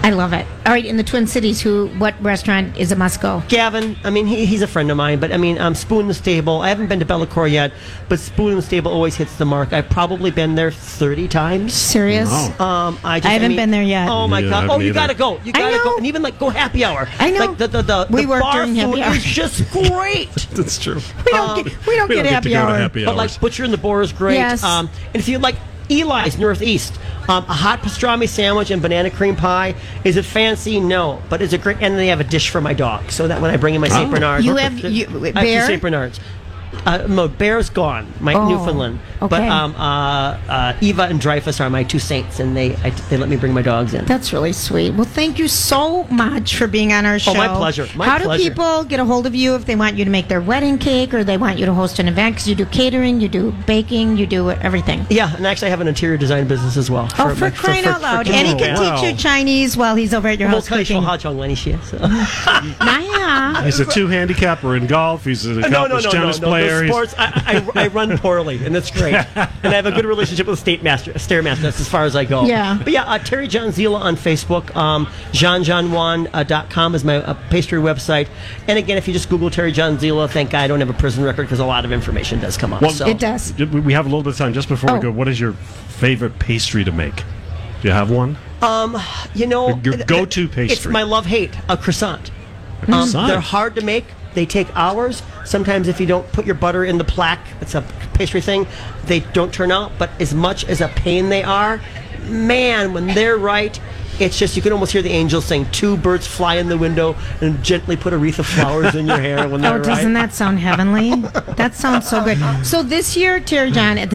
B: I love it. All right, in the Twin Cities, who what restaurant is a must go?
C: Gavin, I mean, he, he's a friend of mine, but I mean, um, Spoon in the Stable. I haven't been to Bellacore yet, but Spoon in the Stable always hits the mark. I've probably been there 30 times.
B: Serious?
A: Oh,
B: Uh,
C: Um, I, just,
B: I haven't
C: mean-
B: been there yet.
C: Oh my
A: Yeah, I
C: god!
A: haven't
C: Oh, you
A: either.
C: gotta go. You
B: I
C: gotta
B: know.
C: go, and even like go happy hour.
B: I know.
C: Like the the the,
B: We
C: the
B: work
C: bar
B: during happy
C: food
B: hour.
C: is just great.
A: That's true.
B: um, We don't get, we don't
A: Um, We don't
B: get
A: get
B: happy
A: to go
B: hour.
A: to happy
C: But
A: hours.
C: like Butcher and the Boar is great.
B: Yes.
C: Um, and if you like Eli's Northeast, um, a hot pastrami sandwich and banana cream pie. Is it fancy? No, but is it great? And they have a dish for my dog, so that when I bring in my Saint Bernard,
B: You have- you-
C: I have
B: Bear?
C: two Saint Bernards. Uh, no, Bear's gone, my
B: Oh,
C: Newfoundland. But
B: okay.
C: um, uh, uh, Eva and Dreyfus are my two saints, and they I, they let me bring my dogs in.
B: That's really sweet. Well, thank you so much for being on our show.
C: Oh, my pleasure. My
B: How
C: pleasure.
B: do people get a hold of you if they want you to make their wedding cake or they want you to host an event? Because you do catering, you do baking, you do everything.
C: Yeah, and actually, I have an interior design business as well.
B: Oh,
C: my-
B: for crying
C: for-
B: out
C: for
B: loud.
C: kids.
B: and he can
A: Oh, wow.
B: teach you Chinese while he's over at your house cooking.
C: multicultural so. [laughs]
B: Maya.
A: He's a two handicapper in golf. He's an
C: Uh, no, no,
A: accomplished
C: no,
A: tennis
C: no, no.
A: player.
C: The
A: He's-
C: sports, I, I, I run poorly, and
A: [laughs]
C: that's great. and I have a good relationship with state master, stairmaster. That's as far as I go.
B: Yeah.
C: But yeah, uh, Terry John Zila on Facebook. Um, JeanJohnJuan.com uh, dot com is my uh, pastry website. And again, if you just Google Terry John Zila, thank God I don't have a prison record because a lot of information does come up.
A: Well,
C: so.
B: It does.
A: Did We we have a little bit of time just before we
B: Oh.
A: go. What is your favorite pastry to make? Do you have one?
C: You know,
A: Your- your go-to
C: It's
A: pastry. Hmm.
C: my love hate a croissant. Um,
A: croissant?
C: they're hard to make. They take hours. Sometimes, if you don't put your butter in the plaque, it's a pastry thing. They don't turn out. But as much as a pain they are, man, when they're right. It's just you can almost hear the angels saying, two birds fly in the window and gently put a wreath of flowers in your
B: [laughs]
C: hair when they're
B: Oh, doesn't
C: right."
B: that sound heavenly? that sounds so
C: [laughs]
B: good. So this year, Terry John, at the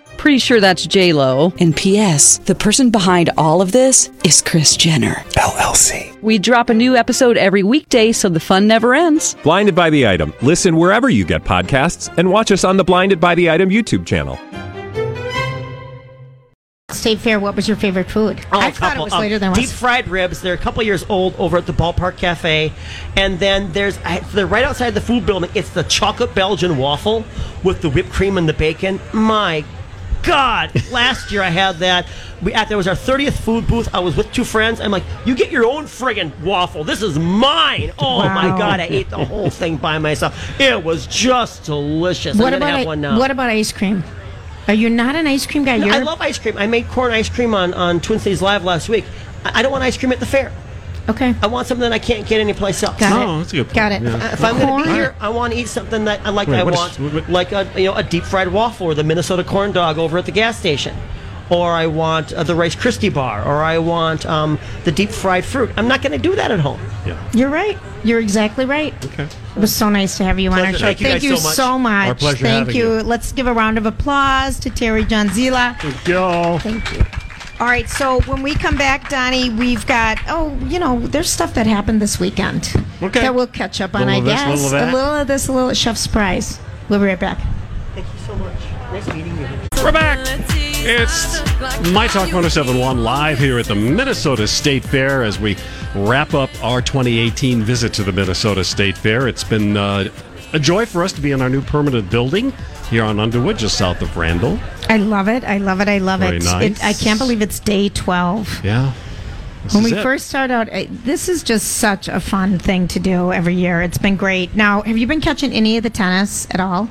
D: Pretty sure that's J Lo.
E: And P.S. The person behind all of this is Chris Jenner.
F: LLC.
D: We drop a new episode every weekday, so the fun never ends.
F: Blinded by the item. Listen wherever you get podcasts, and watch us on the Blinded by the Item YouTube channel.
B: State Fair, what was your favorite food?
C: Oh,
B: I
C: a
B: thought it
C: couple.
B: was
C: Um,
B: later than
C: deep
B: was.
C: fried ribs. They're a couple years old over at the ballpark cafe, and then there's I- they're right outside the food building. It's the chocolate Belgian waffle with the whipped cream and the bacon. My God! Last year I had that. We at there was our thirtieth food booth. I was with two friends. I'm like, you get your own friggin' waffle. This is mine. Oh my
B: Wow.
C: God! I ate the whole thing by myself. It was just delicious.
B: What
C: I'm gonna
B: about i-
C: have one now.
B: what about ice cream? Are you not an ice cream guy?
C: No,
B: You're
C: I love ice cream. I made corn ice cream on, on Twin Cities Live last week. I, I don't want ice cream at the fair.
B: okay.
C: I want something that I can't get anyplace else.
B: Got
A: Oh,
B: it.
A: that's a good point,
B: Got it. Uh,
A: yeah.
C: If I'm going to be
B: Corn?
C: here, I want to eat something that I like.
A: Wait,
C: I
A: what is-
C: want
A: what- what-
C: like a you know a deep fried waffle or the Minnesota corn dog over at the gas station, or I want uh, the Rice Krispie bar, or I want um, the deep fried fruit. I'm not going to do that at home.
B: You're right. You're exactly right. Okay. It was so nice to have you on our
C: Pleasure.
B: show.
C: Thank you guys so much.
B: much.
A: Our pleasure
B: Thank
A: having
B: you.
A: you.
B: Let's give a round of applause to Terry John Zila.
A: Yo.
B: Thank you. All right, so when we come back, Donnie, we've got oh, you know, there's stuff that happened this weekend
A: Okay.
B: that we'll catch up on.
A: Little
B: I
A: of this,
B: guess
A: little of
B: a
A: that.
B: little of this, a little chef's prize. We'll be right back.
C: Thank you so much. Nice meeting you.
A: We're back. It's My Talk 1071 live here at the Minnesota State Fair as we wrap up our 2018 visit to the Minnesota State Fair. It's been uh, a joy for us to be in our new permanent building here on Underwood, just south of Randall.
B: I love it. I love it. I love
A: Very
B: it.
A: nice.
B: it. I can't believe it's day twelve.
A: Yeah. This
B: When
A: is
B: we
A: it.
B: first started out, I- this is just such a fun thing to do every year. It's been great. Now, have you been catching any of the tennis at all?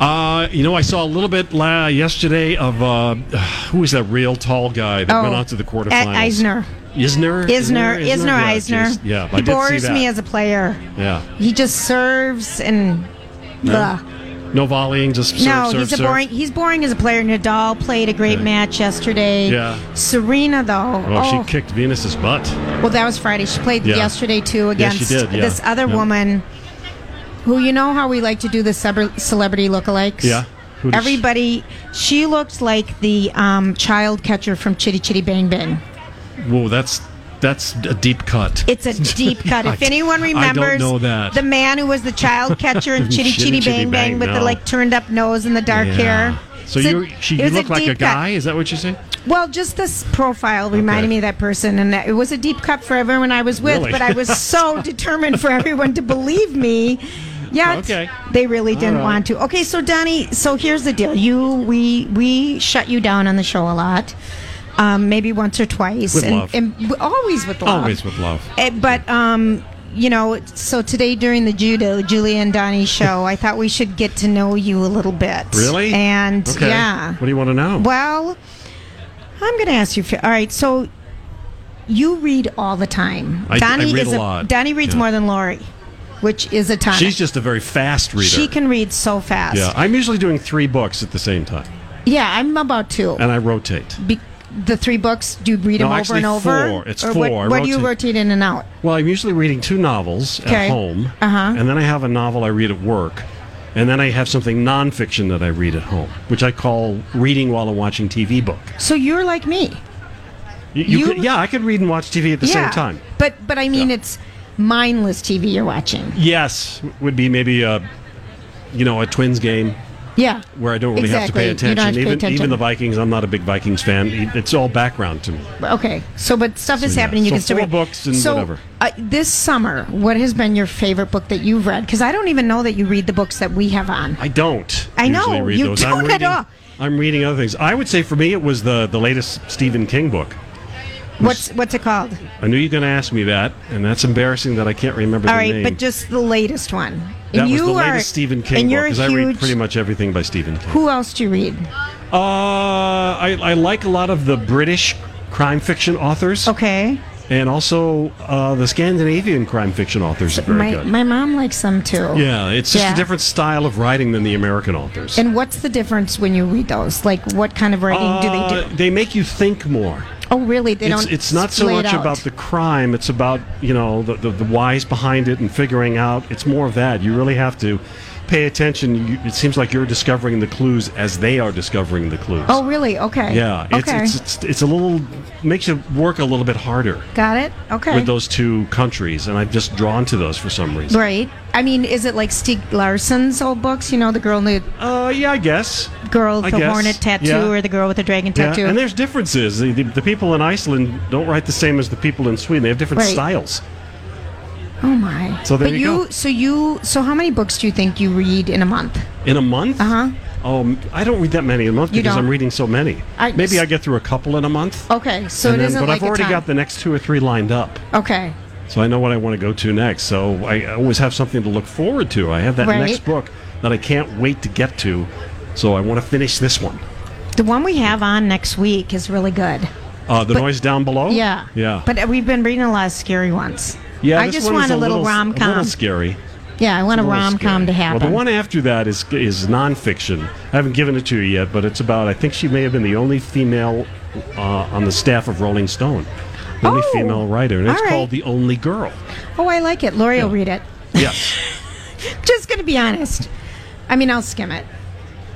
A: Uh, you know, I saw a little bit la- yesterday of uh, who is that real tall guy that went on to the quarterfinals?
B: E- Oh, Eisner.
A: Isner?
B: Isner, Isner
A: Yeah,
B: Eisner.
A: just- Yeah, I
B: he
A: did see
B: bores
A: that.
B: me as a player.
A: Yeah.
B: He just serves and. Ugh.
A: No volleying, just serve,
B: no,
A: serve,
B: he's a
A: serve.
B: boring. He's boring as a player. Nadal played a great match yesterday.
A: Yeah.
B: Serena though.
A: Oh, she kicked Venus's butt.
B: Well, that was Friday. She played
A: Yeah.
B: yesterday too
A: Yeah,
B: against
A: she did, yeah.
B: this other
A: Yeah.
B: woman, who you know how we like to do the celebr- celebrity lookalikes.
A: Yeah. Who did she-
B: Everybody, she looked like the um, child catcher from Chitty Chitty Bang Bang.
A: Whoa, that's that's a deep cut. [laughs]
B: It's a deep cut. If
A: I-
B: anyone
A: I don't
B: remembers
A: know that.
B: the man who was the
A: [laughs]
B: child catcher in Chitty Chitty, Bang Bang, with the
A: no.
B: like turned up nose and the dark
A: Yeah.
B: hair.
A: So
B: It's a-
A: you she
B: it
A: you
B: was
A: look like
B: deep
A: a
B: cut.
A: guy? Is that what you say?
B: Well, just this profile reminded
A: Okay.
B: me of that person, and it was a deep cut for everyone I was with.
A: Really?
B: But I was
A: [laughs]
B: so determined for everyone to believe me. Yet
A: Okay.
B: they really didn't
A: right.
B: want to. Okay, so Donnie, so here's the deal. You, we, we shut you down on the show a lot, um, maybe once or twice,
A: With
B: and,
A: love.
B: and w- always with love.
A: Always with love.
B: Eh, but um, you know, so today during the judo, Julie and Donnie show, I thought we should get to know you a little bit.
A: Really?
B: And
A: Okay.
B: yeah.
A: What do you want to know?
B: Well, I'm going to ask you. fi- All right, so you read all the time.
A: I- I read
B: is
A: a lot.
B: Donnie reads
A: Yeah.
B: more than Lori, which is a tonic.
A: She's just a very fast reader.
B: she can read so fast.
A: Yeah, I'm usually doing three books at the same time,
B: Yeah, I'm about to.
A: and I rotate.
B: Be- the three books. Do you read
A: No,
B: them over
A: actually
B: and over?
A: four. It's
B: or What,
A: four. I
B: what do you
A: rotate-
B: rotate in and out?
A: Well, I'm usually reading two novels
B: Okay.
A: at home,
B: Uh-huh.
A: and then I have a novel I read at work, and then I have something nonfiction that I read at home, which I call reading while I'm watching TV book.
B: So you're like me.
A: You, you
B: You-
A: could- yeah, I could read and watch TV at the
B: yeah.
A: same time.
B: But but I mean, it's mindless TV you're watching.
A: Mm. Yes, would be maybe a, you know, a Twins game
B: Yeah.
A: where I don't really
B: exactly.
A: have to pay
B: You don't
A: attention.
B: have to pay
A: even
B: attention.
A: even the Vikings, I'm not a big Vikings fan. It's all background to me.
B: Okay, so but stuff is
A: yeah.
B: happening. You
A: So
B: can still
A: four
B: read.
A: books and
B: so,
A: whatever.
B: Uh, this summer, what has been your favorite book that you've read? Because I don't even know that you read the books that we have on.
A: I don't.
B: I know,
A: usually read
B: you
A: those. I'm
B: don't at
A: reading,
B: all.
A: I'm reading other things. I would say for me, it was the the latest Stephen King book.
B: What's what's it called?
A: I knew you were going to ask me that, and that's embarrassing that I can't remember
B: All
A: the
B: right,
A: name.
B: but just the latest one.
A: that
B: and
A: was
B: you
A: the
B: are,
A: latest Stephen King
B: and
A: book
B: you're a
A: because I read
B: huge-
A: pretty much everything by Stephen King.
B: Who else do you read?
A: Uh, I, I like a lot of the British crime fiction authors,
B: Okay,
A: and also uh, the Scandinavian crime fiction authors are very
B: my
A: good.
B: my mom likes them too.
A: yeah, it's just
B: Yeah.
A: a different style of writing than the American authors.
B: And what's the difference when you read those? Like, what kind of writing do
A: Uh,
B: they do?
A: they make you think more.
B: Oh, really? They
A: it's,
B: don't.
A: it's not so
B: lay it
A: much
B: out.
A: about the crime it's about you know the, the, the whys behind it and figuring out it's more of that you really have to pay attention you, it seems like you're discovering the clues as they are discovering the clues
B: Oh, really? Okay.
A: yeah it's,
B: Okay.
A: it's, it's, it's a little makes you work a little bit harder
B: Got it. Okay.
A: with those two countries and i'm just drawn to those for some reason
B: Right. I mean, is it like Stieg Larsson's old books? You know, the girl in
A: uh, yeah i guess
B: the girl
A: I
B: with the
A: guess.
B: hornet tattoo
A: Yeah.
B: or the girl with the dragon
A: yeah,
B: tattoo.
A: and there's differences. The, the, the people in Iceland don't write the same as the people in Sweden. They have different
B: Right.
A: styles.
B: oh my!
A: So there
B: but
A: you go.
B: so you, so how many books do you think you read in a month?
A: In a month? Uh huh. Um, I don't read that many a month
B: Uh-huh. You
A: because
B: don't?
A: I'm reading so many.
B: I-
A: Maybe I get through a couple in a month.
B: Okay, so
A: and
B: it
A: then-
B: isn't
A: but
B: like
A: I've already
B: a ton.
A: got the next two or three lined up,
B: okay.
A: so I know what I want to go to next. So I always have something to look forward to. I have that
B: Right.
A: next book that I can't wait to get to, so I want to finish this one.
B: The one we have on next week is really good.
A: Uh, the noise down below.
B: Yeah.
A: yeah,
B: But uh, we've been reading a lot of scary ones.
A: yeah.
B: I
A: this
B: just
A: one
B: want
A: is
B: a little, rom
A: a little
B: com.
A: scary.
B: Yeah, I want a
A: Well,
B: rom com
A: scary.
B: to happen.
A: Well, the one after that is is nonfiction. I haven't given it to you yet, but it's about. I think she may have been the only female uh, on the staff of Rolling Stone, the only
B: Oh,
A: female writer, and it's
B: all right.
A: called "The Only Girl."
B: oh, I like it. Lori will read it. [laughs]
A: Yes,
B: Just gonna be honest. I mean, I'll skim it.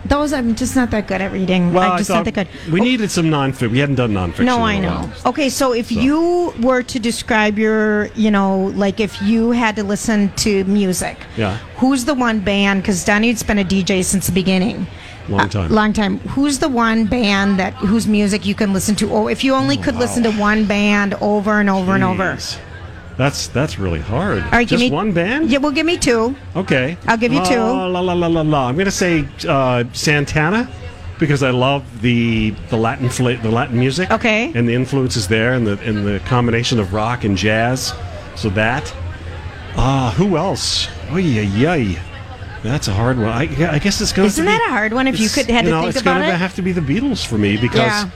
B: Those I'm just not that good at reading.
A: well,
B: I'm just
A: I
B: not
A: thought
B: that good.
A: we
B: Oh,
A: needed some nonfiction. We hadn't done nonfiction. in
B: No,
A: a
B: I know.
A: while.
B: Okay, so if you were to describe your, you know, like if you had to listen to music,
A: Yeah.
B: who's the one band? Because Donnie's been a DJ since the beginning. Uh,
A: Long time.
B: long time. Who's the one band that whose music you can listen to? Oh, if you only could listen to one band over and over and over.
A: Jeez. That's that's really hard.
B: All right,
A: Just
B: give me
A: one band.
B: Yeah, well, give me two.
A: Okay.
B: I'll give you
A: La,
B: two.
A: La la la la la. I'm gonna say uh, Santana because I love the the Latin fla- the Latin music.
B: Okay.
A: And the influences there, and the and the combination of rock and jazz. So that. Ah, who else? Oh yeah, yay. That's a hard one. I, yeah, I guess it's going.
B: Isn't that a hard one if you could- had to
A: know,
B: think
A: it's
B: about
A: gonna
B: it?
A: have to be the Beatles for me because
B: Yeah.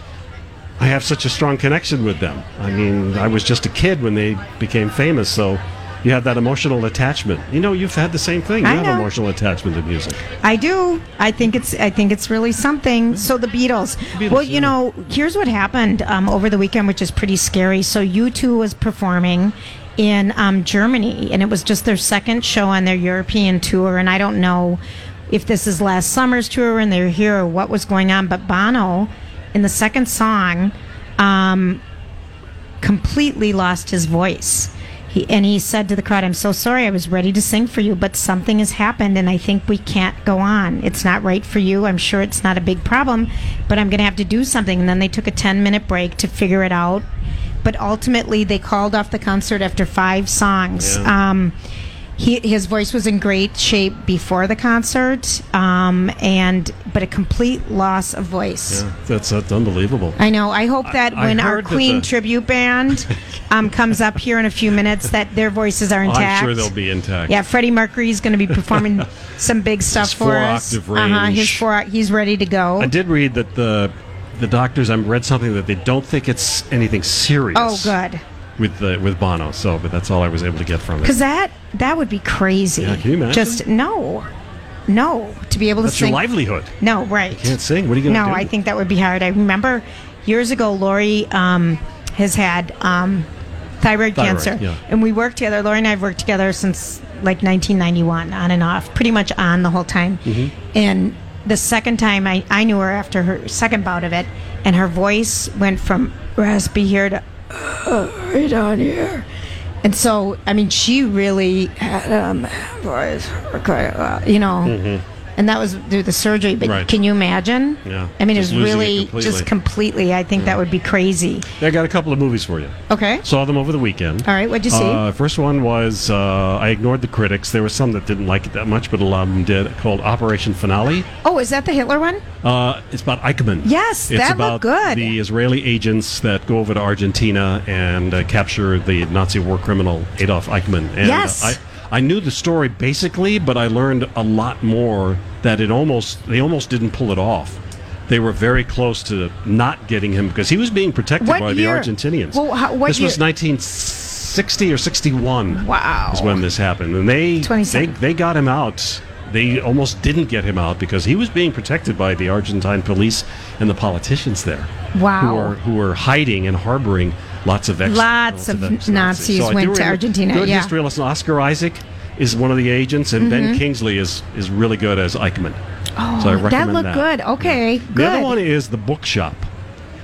A: I have such a strong connection with them. I mean, I was just a kid when they became famous, so you have that emotional attachment. You know, you've had the same thing. You
B: I
A: have
B: know.
A: emotional attachment to music.
B: I do. I think it's. I think it's really something. So the Beatles.
A: Mm-hmm. Beatles,
B: well, you
A: yeah.
B: know, here's what happened um, over the weekend, which is pretty scary. So U2 was performing in um, Germany, and it was just their second show on their European tour. And I don't know if this is last summer's tour, and they're here, or what was going on. But Bono, in the second song, um, completely lost his voice. He, and he said to the crowd, I'm so sorry, I was ready to sing for you, but something has happened and I think we can't go on. It's not right for you. I'm sure it's not a big problem, but I'm going to have to do something. And then they took a 10 minute break to figure it out. But ultimately, they called off the concert after five songs. Um, he, his voice was in great shape before the concert, um, and but a complete loss of voice.
A: That's, that's unbelievable.
B: I know. I hope that
A: I
B: when our
A: heard that
B: Queen
A: the- [laughs]
B: tribute band um, comes up here in a few minutes, that their voices are
A: Oh, I'm
B: intact.
A: sure they'll be intact.
B: Yeah, Freddie Mercury is going to be
A: [laughs]
B: performing some big stuff
A: His
B: for us. Uh-huh,
A: four-octave
B: his
A: range.
B: four. He's ready to go.
A: I did read that the the doctors. I read something that they don't think it's anything serious.
B: Oh, good.
A: With the with Bono. So, but that's all I was able to get from
B: Because
A: it.
B: that that would be crazy.
A: Yeah, can you imagine?
B: Just no, no, to be able
A: That's
B: to sing.
A: your livelihood.
B: No, right.
A: Can't sing. What are you going to
B: no,
A: do?
B: I think that would be hard. I remember years ago, Lori um, has had um, thyroid, cancer,
A: yeah.
B: and we worked together. Lori and I have worked together since like 1991, on and off, pretty much on the whole time.
A: Mm-hmm.
B: And the second time I, I knew her after her second bout of it, and her voice went from raspy here to right on here. And so, I mean, she really had um, voice, for quite a while, you know, and that was through the surgery. But
A: Mm-hmm. Right.
B: can you imagine?
A: Yeah.
B: I mean, it was
A: Just losing it
B: really
A: completely.
B: just completely. I think that would be crazy.
A: I got a couple of movies for you.
B: Okay.
A: Saw them over the weekend.
B: All right, what'd you see?
A: Uh, first one was uh, I ignored the critics. There were some that didn't like it that much, but a lot of them did. Called Operation Finale.
B: Oh, is that the Hitler one?
A: Uh, it's about Eichmann.
B: Yes,
A: it's
B: that
A: about
B: looked good.
A: The Israeli agents that go over to Argentina and uh, capture the Nazi war criminal Adolf Eichmann. And, uh,
B: Yes.
A: I, I knew the story basically, but I learned a lot more that it almost they almost didn't pull it off. They were very close to not getting him because he was being protected
B: What
A: by
B: year?
A: the Argentinians.
B: Well, how- what
A: this was
B: year-
A: 1960 or 61.
B: Wow.
A: is when this happened, and they they
B: 27.
A: they got him out. They almost didn't get him out because he was being protected by the Argentine police and the politicians there.
B: Wow.
A: Who were who were hiding and harboring lots of ex
B: Lots of Nazis
A: I do
B: went to
A: remember-
B: Argentina,
A: Good
B: yeah. Mm-hmm.
A: history lesson. Oscar Isaac is one of the agents, and Ben Kingsley is is really good as Eichmann. Oh, so I recommend
B: that looked good. Okay,
A: The other
B: good.
A: one is the Bookshop.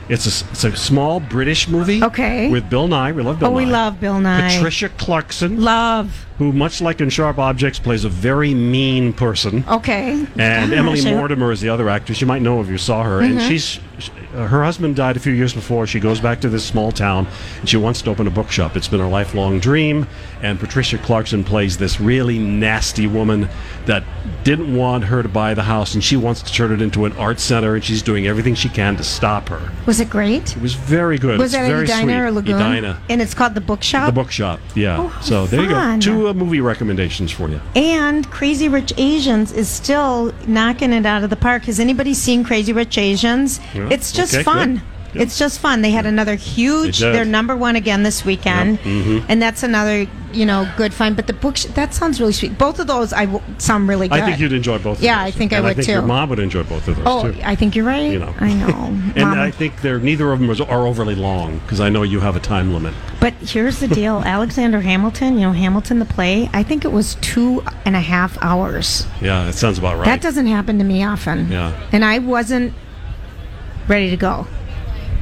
A: It's a, s- it's a small British movie.
B: Okay.
A: With Bill Nye. We love Bill
B: Oh,
A: Nye.
B: we love Bill Nye.
A: Patricia Clarkson
B: Love.
A: who, much like in Sharp Objects, plays a very mean person.
B: Oh, Okay.
A: And
B: Gosh,
A: Emily
B: I-
A: Mortimer is the other actress. You might know if you saw her. And
B: Mm-hmm.
A: she's sh- uh, her husband died a few years before. She goes back to this small town and she wants to open a bookshop. It's been her lifelong dream. And Patricia Clarkson plays this really nasty woman that didn't want her to buy the house and she wants to turn it into an art center. And she's doing everything she can to stop her.
B: Was it great?
A: It was very good.
B: Was
A: it's
B: that
A: very sweet.
B: Edina or Lagoon?
A: Edina.
B: And it's called the Bookshop.
A: The bookshop, yeah.
B: Oh,
A: so there
B: fun.
A: you go. Two uh, movie recommendations for you.
B: And Crazy Rich Asians is still knocking it out of the park. Has anybody seen Crazy Rich Asians?
A: Yeah.
B: It's just
A: Okay,
B: fun.
A: good. Good.
B: It's just fun. They had another huge.
A: They did. Mm-hmm.
B: They're number one again this weekend, and that's another you know good find. But the book sh- that sounds really sweet. Both of those I w- sound really good.
A: I think you'd enjoy both.
B: Yeah,
A: of those.
B: I think I
A: and I
B: would
A: think
B: too.
A: Your mom would enjoy both of those
B: Oh,
A: too.
B: I think you're right.
A: You know. [laughs]
B: I know.
A: and
B: Mama.
A: I think they're neither of them is- are overly long because I know you have a time limit.
B: But here's the deal Alexander Hamilton, you know, Hamilton the play, I think it was two and a half hours.
A: Yeah, that sounds about right.
B: That doesn't happen to me often.
A: Yeah.
B: And I wasn't ready to go.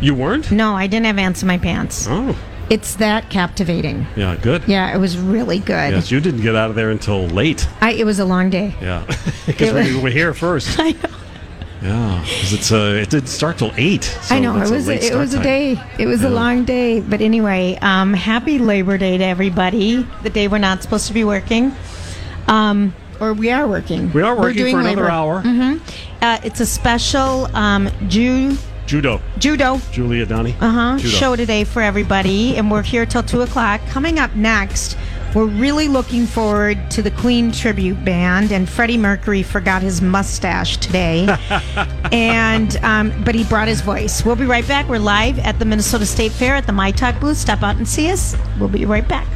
A: you weren't?
B: No, I didn't have ants in my pants.
A: Oh,
B: It's that captivating.
A: yeah, good.
B: Yeah, it was really good.
A: Yes, you didn't get out of there until late.
B: I, it was a long day. [laughs]
A: Yeah, because we were here first.
B: I know.
A: Yeah, 'cause it's uh, it didn't start till eight. so
B: I know
A: that's
B: it
A: a
B: was
A: late
B: a, it
A: start
B: was a
A: time.
B: day. It was a long day, but anyway, um, happy Labor Day to everybody. The day we're not supposed to be working, um, or we are working.
A: We are
B: We're
A: working
B: doing
A: for another
B: labor.
A: hour.
B: Uh, it's a special um, Ju-
A: Judo,
B: judo
A: Julia Donnie.
B: uh-huh,
A: Judo.
B: show today for everybody, and we're here till two o'clock. Coming up next, We're really looking forward to the Queen tribute band, and Freddie Mercury forgot his mustache today, and um, but he brought his voice. We'll be right back. We're live at the Minnesota State Fair at the My Talk booth. Stop out and see us. We'll be right back.